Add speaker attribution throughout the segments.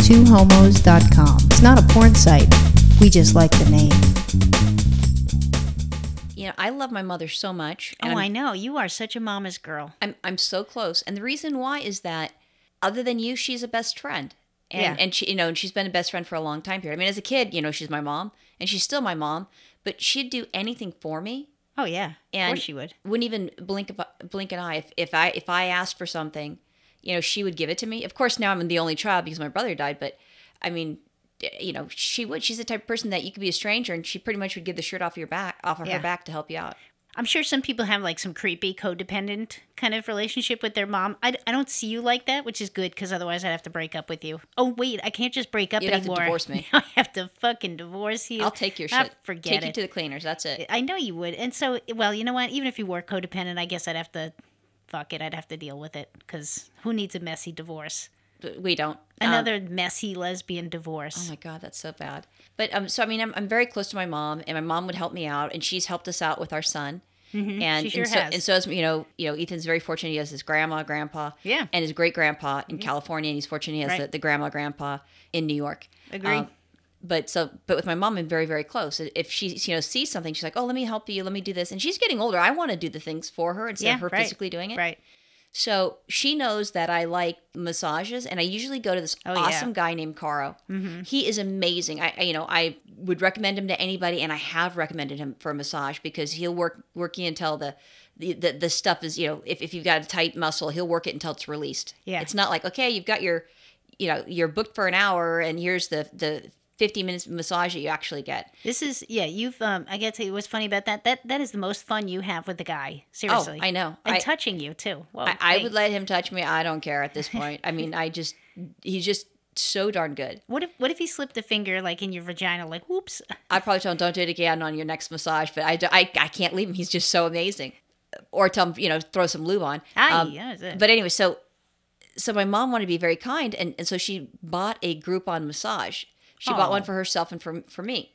Speaker 1: twohomos.com. It's not a porn site. We just like the name.
Speaker 2: You know, I love my mother so much.
Speaker 3: Oh,
Speaker 2: and
Speaker 3: I
Speaker 2: I'm,
Speaker 3: know. You are such a mama's girl.
Speaker 2: I'm I'm so close, and the reason why is that, other than you, she's a best friend. And,
Speaker 3: Yeah.
Speaker 2: and she, you know, and she's been a best friend for a long time period. I mean, as a kid, you know, she's my mom, and she's still my mom. But she'd do anything for me.
Speaker 3: Oh, yeah. of
Speaker 2: and
Speaker 3: course you would.
Speaker 2: Wouldn't even blink of- blink an eye if, if I if I asked for something, you know, she would give it to me. Of course, now I'm the only child because my brother died, but I mean, d- you know, she would. She's the type of person that you could be a stranger and she pretty much would give the shirt off your back off of
Speaker 3: Yeah.
Speaker 2: her back to help you out.
Speaker 3: I'm sure some people have like some creepy codependent kind of relationship with their mom. I, d- I don't see you like that, which is good because otherwise I'd have to break up with you. Oh, wait. I can't just break up
Speaker 2: You'd have to
Speaker 3: anymore.
Speaker 2: divorce me.
Speaker 3: Now I have to fucking divorce you.
Speaker 2: I'll take your
Speaker 3: Ah,
Speaker 2: shit.
Speaker 3: forget
Speaker 2: take
Speaker 3: it.
Speaker 2: you to the cleaners. That's it.
Speaker 3: I know you would. And so, well, you know what? Even if you were codependent, I guess I'd have to fuck it. I'd have to deal with it because who needs a messy divorce?
Speaker 2: We don't. Um,
Speaker 3: Another messy lesbian divorce.
Speaker 2: Oh my god, that's so bad. But um, so I mean, I'm, I'm very close to my mom, and my mom would help me out, and she's helped us out with our son. And,
Speaker 3: Mm-hmm. she sure
Speaker 2: and so
Speaker 3: has.
Speaker 2: and so is you know you know Ethan's very fortunate he has his grandma grandpa
Speaker 3: Yeah.
Speaker 2: and his great grandpa in California and he's fortunate he has
Speaker 3: Right.
Speaker 2: the, the grandma grandpa in New York Um,
Speaker 3: Agreed.
Speaker 2: but so but with my mom I'm very very close if she you know sees something she's like oh let me help you let me do this and she's getting older I want to do the things for her instead
Speaker 3: yeah,
Speaker 2: of her
Speaker 3: right.
Speaker 2: physically doing it
Speaker 3: Right.
Speaker 2: so she knows that I like massages, and I usually go to this
Speaker 3: Oh, yeah. Mm-hmm.
Speaker 2: awesome guy named Caro. He is amazing. I, I, you know, I would recommend him to anybody, and I have recommended him for a massage because he'll work work you until the the, the, the stuff is you know if, if you've got a tight muscle, he'll work it until it's released.
Speaker 3: Yeah.
Speaker 2: it's not like okay, you've got your you know you're booked for an hour, and here's the the 50 minutes massage that you actually get.
Speaker 3: This is yeah. You've um. I gotta tell you what's funny about that. That that is the most fun you have with the guy. Seriously.
Speaker 2: Oh, I know.
Speaker 3: And
Speaker 2: I-
Speaker 3: touching you too. Whoa,
Speaker 2: I, I
Speaker 3: hey.
Speaker 2: would let him touch me. I don't care at this point. I mean, I just he's just so darn good.
Speaker 3: What if what if he slipped a finger like in your vagina? Like, whoops.
Speaker 2: I probably tell him don't do it again on your next massage, but I, do- I, I can't leave him. He's just so amazing. Or tell him, you know, throw some lube on.
Speaker 3: Aye,
Speaker 2: Um,
Speaker 3: yeah, that's it.
Speaker 2: But anyway, so so my mom wanted to be very kind, and, and so she bought a Groupon massage. She bought
Speaker 3: Aw.
Speaker 2: one for herself and for, for me.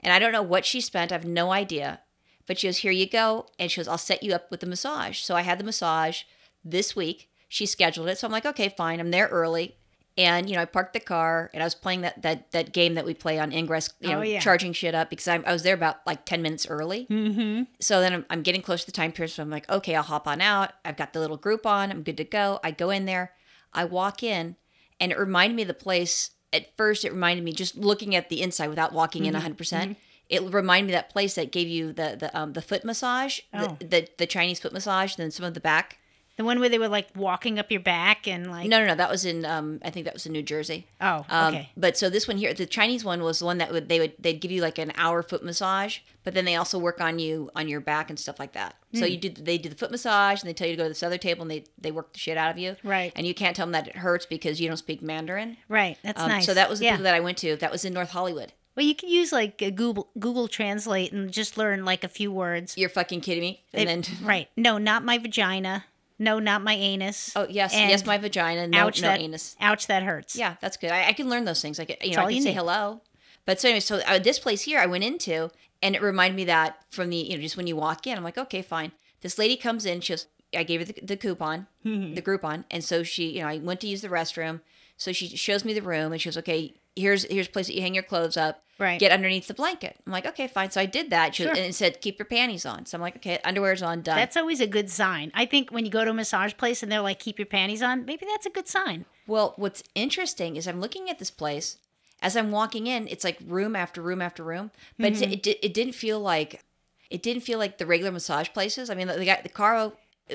Speaker 2: And I don't know what she spent. I have no idea. But she goes, here you go. And she goes, I'll set you up with the massage. So I had the massage this week. She scheduled it. So I'm like, okay, fine. I'm there early. And, you know, I parked the car and I was playing that that, that game that we play on Ingress, you know,
Speaker 3: Oh, yeah.
Speaker 2: charging shit up because I'm, I was there about like 10 minutes early. Mm-hmm. So then I'm, I'm getting close to the time period. So I'm like, okay, I'll hop on out. I've got the little group on. I'm good to go. I go in there. I walk in and it reminded me of the place. At first, it reminded me just looking at the inside without walking
Speaker 3: Mm-hmm.
Speaker 2: in 100%. percent It reminded me of that place that gave you the the, um, the foot massage,
Speaker 3: Oh.
Speaker 2: the, the the Chinese foot massage, then some of the back.
Speaker 3: The one where they were like walking up your back and like.
Speaker 2: No, no, no. That was in um, I think that was in New Jersey.
Speaker 3: Oh,
Speaker 2: Um,
Speaker 3: okay.
Speaker 2: But so this one here, the Chinese one was the one that would they would they'd give you like an hour foot massage, but then they also work on you on your back and stuff like that. So
Speaker 3: Hmm.
Speaker 2: you do they do the foot massage and they tell you to go to this other table and they they work the shit out of you.
Speaker 3: Right.
Speaker 2: And you can't tell them that it hurts because you don't speak Mandarin.
Speaker 3: Right. That's
Speaker 2: Um,
Speaker 3: nice.
Speaker 2: So that was the
Speaker 3: yeah.
Speaker 2: people that I went to. That was in North Hollywood.
Speaker 3: Well, you could use like a Google Google Translate and just learn like a few words.
Speaker 2: You're fucking kidding me. And
Speaker 3: It-
Speaker 2: then,
Speaker 3: right. No, not my vagina. No, not my anus.
Speaker 2: oh yes,
Speaker 3: And
Speaker 2: yes, my vagina, no,
Speaker 3: ouch,
Speaker 2: no
Speaker 3: that,
Speaker 2: anus.
Speaker 3: Ouch, that hurts.
Speaker 2: Yeah, that's good. I, I can learn those things. I can, you know,
Speaker 3: all
Speaker 2: I
Speaker 3: you
Speaker 2: can say
Speaker 3: need.
Speaker 2: hello. But so anyway, so uh, this place here I went into, and it reminded me that from the you know just when you walk in, I'm like, okay, fine. This lady comes in. She goes, I gave her the, the coupon, the Groupon, and so she, you know, I went to use the restroom. So she shows me the room, and she goes, okay, here's here's a place that you hang your clothes up.
Speaker 3: Right.
Speaker 2: Get underneath the blanket. I'm like, okay, fine. So I did that. She
Speaker 3: Sure.
Speaker 2: and it said, keep your panties on. So I'm like, okay, underwear's on, done.
Speaker 3: That's always a good sign. I think when you go to a massage place and they're like, keep your panties on, maybe that's a good sign.
Speaker 2: Well, what's interesting is I'm looking at this place. As I'm walking in, it's like room after room after room, but
Speaker 3: Mm-hmm.
Speaker 2: it, it, di- it didn't feel like it didn't feel like the regular massage places. I mean, the, the guy, the Caro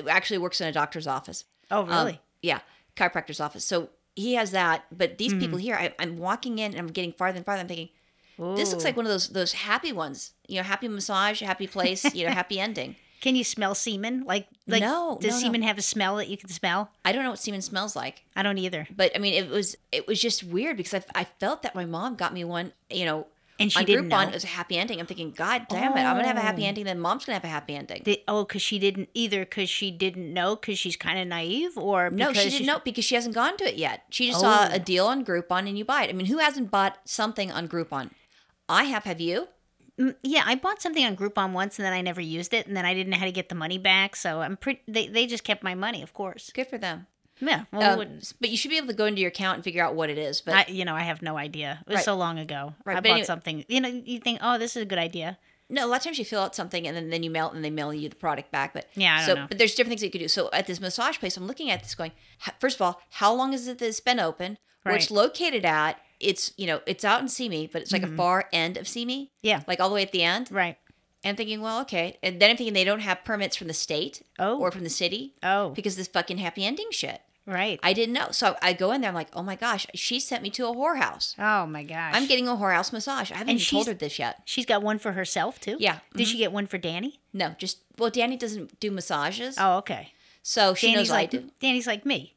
Speaker 2: actually works in a doctor's office.
Speaker 3: Oh,
Speaker 2: Um,
Speaker 3: really?
Speaker 2: yeah, chiropractor's office. So he has that, but
Speaker 3: Mm-hmm.
Speaker 2: these people here, I, I'm walking in and I'm getting farther and farther. I'm thinking, this looks
Speaker 3: Ooh.
Speaker 2: like one of those those happy ones. You know, happy massage, happy place. You know, happy ending.
Speaker 3: Can you smell semen? Like, like
Speaker 2: No,
Speaker 3: does
Speaker 2: no, no.
Speaker 3: semen have a smell that you can smell?
Speaker 2: I don't know what semen smells like.
Speaker 3: I don't either.
Speaker 2: but I mean, it was it was just weird because I, I felt that my mom got me one, you know,
Speaker 3: And she
Speaker 2: on
Speaker 3: didn't
Speaker 2: Groupon.
Speaker 3: know.
Speaker 2: It
Speaker 3: Oh.
Speaker 2: was a happy ending. I'm thinking, God damn it, I'm gonna have a happy ending. Then mom's gonna have a happy ending.
Speaker 3: Did, oh, because she didn't either. Because she didn't know. Because she's kind of naive, or
Speaker 2: no, she
Speaker 3: because
Speaker 2: didn't know because she hasn't gone to it yet. She just saw
Speaker 3: Oh.
Speaker 2: a deal on Groupon and you buy it. I mean, who hasn't bought something on Groupon? I have. Have you?
Speaker 3: Mm, Yeah, I bought something on Groupon once, and then I never used it, and then I didn't know how to get the money back. So I'm pretty. They, they just kept my money, of course.
Speaker 2: Good for them.
Speaker 3: Yeah. Well, it
Speaker 2: Um,
Speaker 3: wouldn't-
Speaker 2: but you should be able to go into your account and figure out what it is. But
Speaker 3: I, you know, I have no idea. It was
Speaker 2: Right.
Speaker 3: so long ago.
Speaker 2: Right,
Speaker 3: I
Speaker 2: but
Speaker 3: bought
Speaker 2: anyway-
Speaker 3: something. You know, you think, oh, this is a good idea.
Speaker 2: No, a lot of times you fill out something and then, then you mail it and they mail you the product back. But
Speaker 3: Yeah, I don't
Speaker 2: so
Speaker 3: know.
Speaker 2: but there's different things that you could do. So at this massage place, I'm looking at this going. h- First of all, how long is it that it's been open? Where it's
Speaker 3: Right. Mm-hmm.
Speaker 2: located at? It's you know it's out in Simi, but it's like a far end of Simi.
Speaker 3: Yeah.
Speaker 2: like all the way at the end.
Speaker 3: Right.
Speaker 2: And I'm thinking, well, okay. And then I'm thinking they don't have permits from the state
Speaker 3: Oh.
Speaker 2: or from the city
Speaker 3: Oh.
Speaker 2: because this fucking happy ending shit.
Speaker 3: Right.
Speaker 2: I didn't know. So I go in there. I'm like, oh my gosh, she sent me to a whorehouse.
Speaker 3: oh my gosh.
Speaker 2: I'm getting a whorehouse massage. I haven't
Speaker 3: And
Speaker 2: even told
Speaker 3: she's-
Speaker 2: her this yet.
Speaker 3: She's got one for herself too.
Speaker 2: Yeah. mm-hmm.
Speaker 3: Did she get one for Danny?
Speaker 2: No, just well, Danny doesn't do massages.
Speaker 3: Oh, okay.
Speaker 2: So she
Speaker 3: Danny's
Speaker 2: knows what
Speaker 3: like
Speaker 2: I do.
Speaker 3: Danny's like me.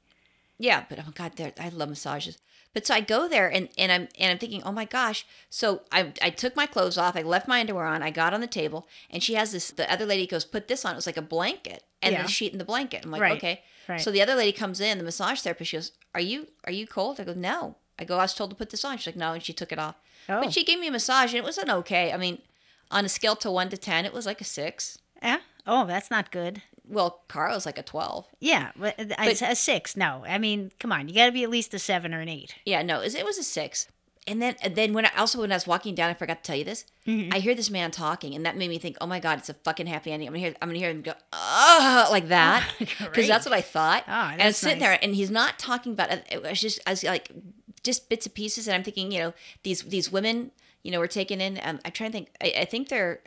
Speaker 2: Yeah, but oh my god, there I love massages. But so I go there and, and I'm and I'm thinking, oh my gosh. So I I took my clothes off, I left my underwear on, I got on the table, and she has this. The other lady goes, put this on. It was like a blanket and
Speaker 3: Yeah.
Speaker 2: the sheet and the blanket. I'm like,
Speaker 3: Right,
Speaker 2: okay.
Speaker 3: right.
Speaker 2: So the other lady comes in, the massage therapist. She goes, are you are you cold? I go, no. I go, I was told to put this on. She's like, no, and she took it off.
Speaker 3: Oh.
Speaker 2: But she gave me a massage and it was an okay. I mean, on a scale to one to ten, it was like a six.
Speaker 3: Yeah. Oh, that's not good.
Speaker 2: Well, Carl was like a twelve.
Speaker 3: Yeah. But, it's a six. No. I mean, come on. You got to be at least a seven or an eight.
Speaker 2: Yeah, no, it was, it was a six. And then, and then when I also when I was walking down, I forgot to tell you this.
Speaker 3: Mm-hmm.
Speaker 2: I hear this man talking, and that made me think, oh my god, it's a fucking happy ending. I'm gonna hear, I'm gonna hear him go, oh, like that, because that's what I thought.
Speaker 3: Ah,
Speaker 2: and I'm
Speaker 3: that's
Speaker 2: sitting
Speaker 3: nice.
Speaker 2: there, and he's not talking about. uh, It It was just I was like, just bits and pieces, and I'm thinking, you know, these these women, you know, were taken in. Um, I'm trying to think. I, I think they're,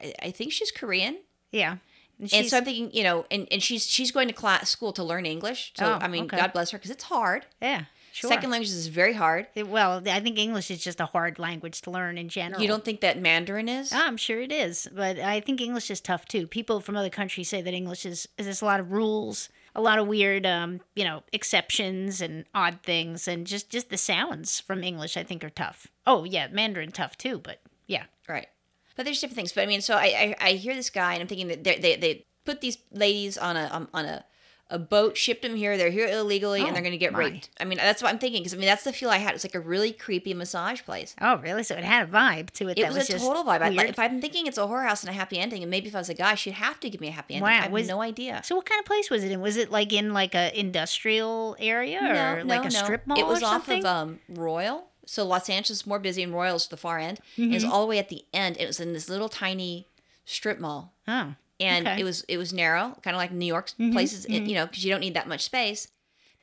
Speaker 2: I, I think she's Korean.
Speaker 3: Yeah.
Speaker 2: and
Speaker 3: she's-
Speaker 2: so I'm thinking, you know, and, and she's she's going to class school to learn English. So
Speaker 3: Oh,
Speaker 2: I mean,
Speaker 3: okay.
Speaker 2: God bless her because it's hard.
Speaker 3: yeah. Sure.
Speaker 2: Second language is very hard.
Speaker 3: It- well, I think English is just a hard language to learn in general.
Speaker 2: You don't think that Mandarin is?
Speaker 3: Oh, I'm sure it is, but I think English is tough too. People from other countries say that English is there's a lot of rules, a lot of weird, um, you know, exceptions and odd things, and just just the sounds from English I think are tough. Oh yeah, Mandarin tough too, but yeah,
Speaker 2: Right. But there's different things. But I mean, so I I, I hear this guy and I'm thinking that they they they put these ladies on a um, on a a boat, shipped them here. They're here illegally,
Speaker 3: Oh,
Speaker 2: and they're going to get
Speaker 3: my.
Speaker 2: raped. I mean, that's what I'm thinking because I mean that's the feel I had. It's like a really creepy massage place.
Speaker 3: Oh really? So it had a vibe to it.
Speaker 2: It
Speaker 3: that
Speaker 2: was,
Speaker 3: was,
Speaker 2: a
Speaker 3: just
Speaker 2: total vibe. I,
Speaker 3: weird.
Speaker 2: like, if I'm thinking it's a horror house and a happy ending, and maybe if I was a guy, she'd have to give me a happy ending.
Speaker 3: Wow,
Speaker 2: I have
Speaker 3: was-
Speaker 2: no idea.
Speaker 3: so what kind of place was it in? Was it like in like a industrial area or like a strip mall
Speaker 2: It was
Speaker 3: or
Speaker 2: off
Speaker 3: something?
Speaker 2: of um, Royal. So Los Angeles is more busy, and Royal is the far end. And it
Speaker 3: Mm-hmm.
Speaker 2: was all the way at the end. It was in this little tiny strip mall.
Speaker 3: oh,
Speaker 2: and
Speaker 3: Okay. Mm-hmm,
Speaker 2: it was it was narrow, kind of like New York's places, it- you know, because you don't need that much space.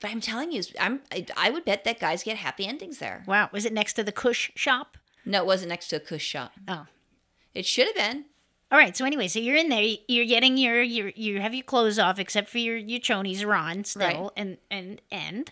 Speaker 2: But I'm telling you, I'm I, I would bet that guys get happy endings there.
Speaker 3: wow. Was it next to the Cush shop?
Speaker 2: No, it wasn't next to a cush shop.
Speaker 3: Oh,
Speaker 2: It should have been.
Speaker 3: All right. So anyway, so you're in there. y- You're getting your your you have your clothes off, except for your your chonies are on still,
Speaker 2: Right.
Speaker 3: and and and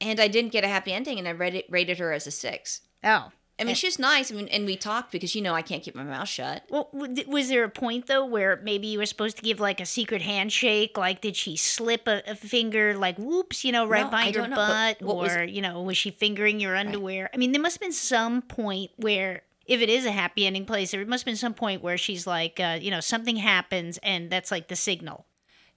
Speaker 2: And I didn't get a happy ending, and I rated rated her as a six.
Speaker 3: oh.
Speaker 2: I mean, she's nice. I mean, and we talked because you know I can't keep my mouth shut.
Speaker 3: Well, w- th- was there a point though where maybe you were supposed to give like a secret handshake? Like, did she slip a, a finger, like whoops, you know, right
Speaker 2: No,
Speaker 3: by
Speaker 2: I
Speaker 3: your
Speaker 2: don't know,
Speaker 3: butt,
Speaker 2: but what was-
Speaker 3: or you know, was she fingering your underwear? I mean, there must have been some point where, if it is a happy ending place, there must have been some point where she's like, uh, you know, something happens, and that's like the signal.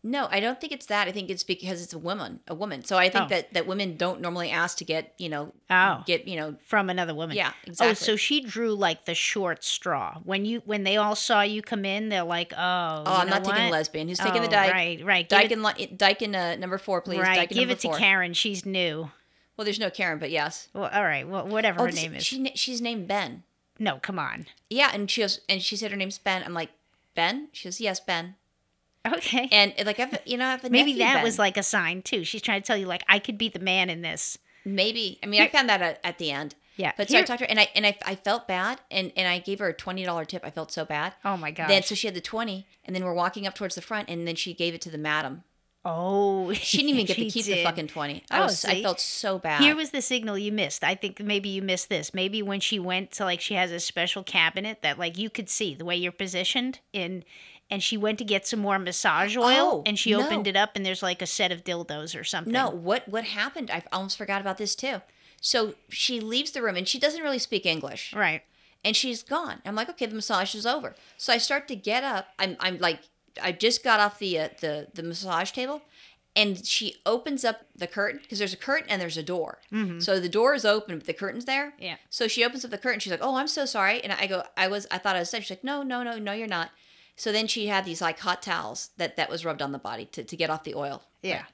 Speaker 2: No, I don't think it's that. I think it's because it's a woman, a woman. So I think
Speaker 3: Oh.
Speaker 2: that that women don't normally ask to get you know
Speaker 3: Oh.
Speaker 2: get you know
Speaker 3: from another woman.
Speaker 2: Yeah,
Speaker 3: Oh,
Speaker 2: exactly.
Speaker 3: so she drew like the short straw. When you when they all saw you come in, they're like, "Oh, oh,
Speaker 2: oh I'm not taking lesbian. Who's taking the
Speaker 3: Oh,
Speaker 2: dyke?
Speaker 3: Right, right. Give
Speaker 2: Dyke
Speaker 3: it,
Speaker 2: and li- Dyke and uh, number four, please.
Speaker 3: right.
Speaker 2: Dyke and
Speaker 3: Give
Speaker 2: number
Speaker 3: it to
Speaker 2: four.
Speaker 3: Karen. She's new.
Speaker 2: Well, there's no Karen, but yes.
Speaker 3: Well, all right. Well, whatever her
Speaker 2: this-
Speaker 3: name is.
Speaker 2: Oh, She, she's named Ben.
Speaker 3: no, come on.
Speaker 2: Yeah, and she goes, and she said her name's Ben. I'm like, Ben? She goes, yes, Ben.
Speaker 3: Okay.
Speaker 2: And like, I've, you know, I have a
Speaker 3: Maybe
Speaker 2: nephew,
Speaker 3: that
Speaker 2: Ben.
Speaker 3: was like a sign too. She's trying to tell you like I could be the man in this.
Speaker 2: maybe. I mean, I found that at, at the end.
Speaker 3: Yeah,
Speaker 2: But so I
Speaker 3: here-
Speaker 2: talked to her, and I and I, I felt bad, and and I gave her a twenty dollar tip. I felt so bad.
Speaker 3: Oh my gosh.
Speaker 2: Then so she had the twenty, and then we're walking up towards the front, and then she gave it to the madam.
Speaker 3: Oh,
Speaker 2: She didn't even get to keep the
Speaker 3: did.
Speaker 2: fucking twenty. I
Speaker 3: Oh,
Speaker 2: was I
Speaker 3: see?
Speaker 2: felt so bad.
Speaker 3: Here was the signal you missed. I think maybe you missed this. Maybe when she went to like she has a special cabinet that like you could see the way you're positioned in and she went to get some more massage oil
Speaker 2: Oh,
Speaker 3: and she opened
Speaker 2: no.
Speaker 3: it up and there's like a set of dildos or something.
Speaker 2: No, what what happened? I almost forgot about this too. So she leaves the room and she doesn't really speak English.
Speaker 3: Right.
Speaker 2: And she's gone. I'm like, okay, the massage is over. So I start to get up. I'm I'm like I just got off the uh, the the massage table and she opens up the curtain because there's a curtain and there's a door. So the door is open, but the curtain's there.
Speaker 3: Mm-hmm. Yeah.
Speaker 2: So she opens up the curtain. She's like, "Oh, I'm so sorry." And I go, "I was I thought I was sick." She's like, "No, no, no, no, you're not." So then she had these like hot towels that that was rubbed on the body to to get off the oil.
Speaker 3: Yeah.
Speaker 2: Right.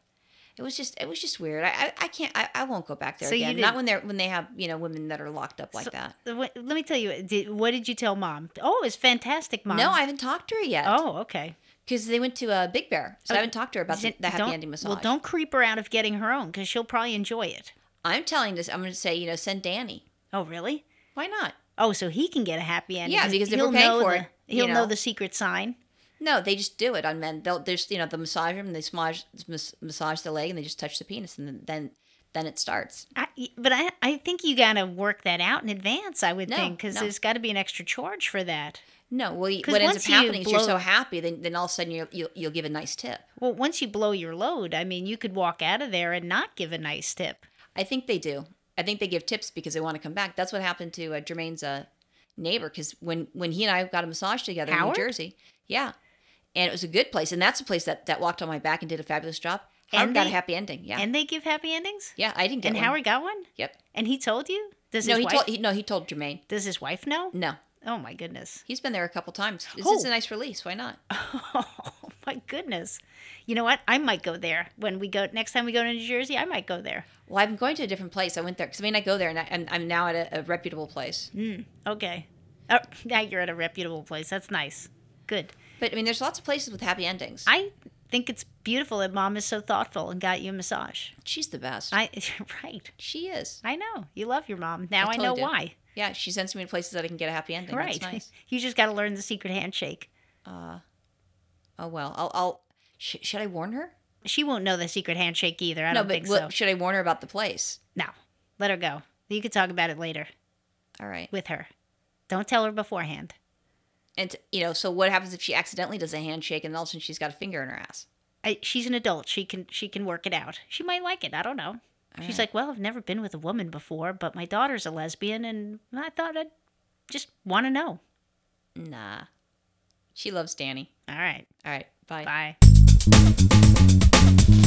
Speaker 2: It was just it was just weird. I I, I can't I, I won't go back there
Speaker 3: So you
Speaker 2: again.
Speaker 3: didn't-
Speaker 2: Not when they're when they have you know women that are locked up like
Speaker 3: So-
Speaker 2: that.
Speaker 3: The wa- Let me tell you, did, what did you tell mom? Oh, it was fantastic, mom.
Speaker 2: No, I haven't talked to her yet.
Speaker 3: Oh, okay.
Speaker 2: because they went to uh, Big Bear, so I
Speaker 3: Okay.
Speaker 2: haven't talked to her about the,
Speaker 3: Then
Speaker 2: the happy
Speaker 3: don't-
Speaker 2: ending massage.
Speaker 3: Well, don't creep her out of getting her own because she'll probably enjoy it.
Speaker 2: I'm telling this. I'm going to say you know send Danny.
Speaker 3: Oh, really?
Speaker 2: Why not?
Speaker 3: Oh, so he can get a happy ending.
Speaker 2: Yeah,
Speaker 3: 'cause
Speaker 2: because if
Speaker 3: he'll
Speaker 2: we're paying
Speaker 3: know
Speaker 2: for
Speaker 3: the,
Speaker 2: it, you
Speaker 3: he'll know
Speaker 2: know.
Speaker 3: the secret sign.
Speaker 2: No, they just do it on men. They'll there's you know the massage room. They massage mas- massage the leg and they just touch the penis and then then, then it starts.
Speaker 3: I, but I, I think you got to work that out in advance. I would
Speaker 2: No,
Speaker 3: think because
Speaker 2: no.
Speaker 3: there's got to be an extra charge for that.
Speaker 2: No, well, you-
Speaker 3: 'Cause
Speaker 2: what ends up
Speaker 3: once you
Speaker 2: happening is you're
Speaker 3: blow-
Speaker 2: so happy, then, then all of a sudden you'll, you'll you'll give a nice tip.
Speaker 3: Well, once you blow your load, I mean, you could walk out of there and not give a nice tip.
Speaker 2: I think they do. I think they give tips because they want to come back. That's what happened to uh, Jermaine's uh, neighbor because when when he and I got a massage together
Speaker 3: Howard?
Speaker 2: in New Jersey, yeah, and it was a good place, and that's the place that that walked on my back and did a fabulous job. Howard
Speaker 3: And
Speaker 2: got a
Speaker 3: they-
Speaker 2: happy ending. Yeah,
Speaker 3: And they give happy endings.
Speaker 2: yeah, I didn't get
Speaker 3: and
Speaker 2: one.
Speaker 3: Howard got one.
Speaker 2: Yep.
Speaker 3: And he told you. Does
Speaker 2: No,
Speaker 3: his
Speaker 2: he
Speaker 3: wife?
Speaker 2: told he, no he told Jermaine.
Speaker 3: does his wife know?
Speaker 2: No,
Speaker 3: Oh my goodness.
Speaker 2: he's been there a couple times. This
Speaker 3: Oh.
Speaker 2: is a nice release. Why not?
Speaker 3: Oh my goodness. You know what? I might go there when we go next time we go to New Jersey. I might go there.
Speaker 2: Well, I'm going to a different place. I went there because I mean I go there and I, I'm, I'm now at a, a reputable place.
Speaker 3: Mm. Okay. Oh, now you're at a reputable place. That's nice. Good.
Speaker 2: But I mean, there's lots of places with happy endings.
Speaker 3: I think it's beautiful that mom is so thoughtful and got you a massage.
Speaker 2: She's the best.
Speaker 3: I right.
Speaker 2: she is.
Speaker 3: I know. You love your mom. Now I,
Speaker 2: totally
Speaker 3: know
Speaker 2: do.
Speaker 3: why.
Speaker 2: Yeah, she sends me to places that I can get a happy ending.
Speaker 3: Right.
Speaker 2: That's nice.
Speaker 3: You just got to learn the secret handshake.
Speaker 2: Oh well, I'll. I'll sh- should I warn her?
Speaker 3: She won't know the secret handshake either. I
Speaker 2: no,
Speaker 3: don't
Speaker 2: but
Speaker 3: think so.
Speaker 2: well, should I warn her about the place?
Speaker 3: no. Let her go. You could talk about it later
Speaker 2: All right.
Speaker 3: with her. Don't tell her beforehand.
Speaker 2: And you know, so what happens if she accidentally does a handshake and all of a sudden she's got a finger in her ass?
Speaker 3: I, she's an adult. She can she can work it out. She might like it. I don't know. she's like, well, I've never been with a woman before, but my daughter's a lesbian, and I thought I'd just want to know.
Speaker 2: Nah. She loves Danny.
Speaker 3: All right.
Speaker 2: All right. Bye.
Speaker 3: Bye.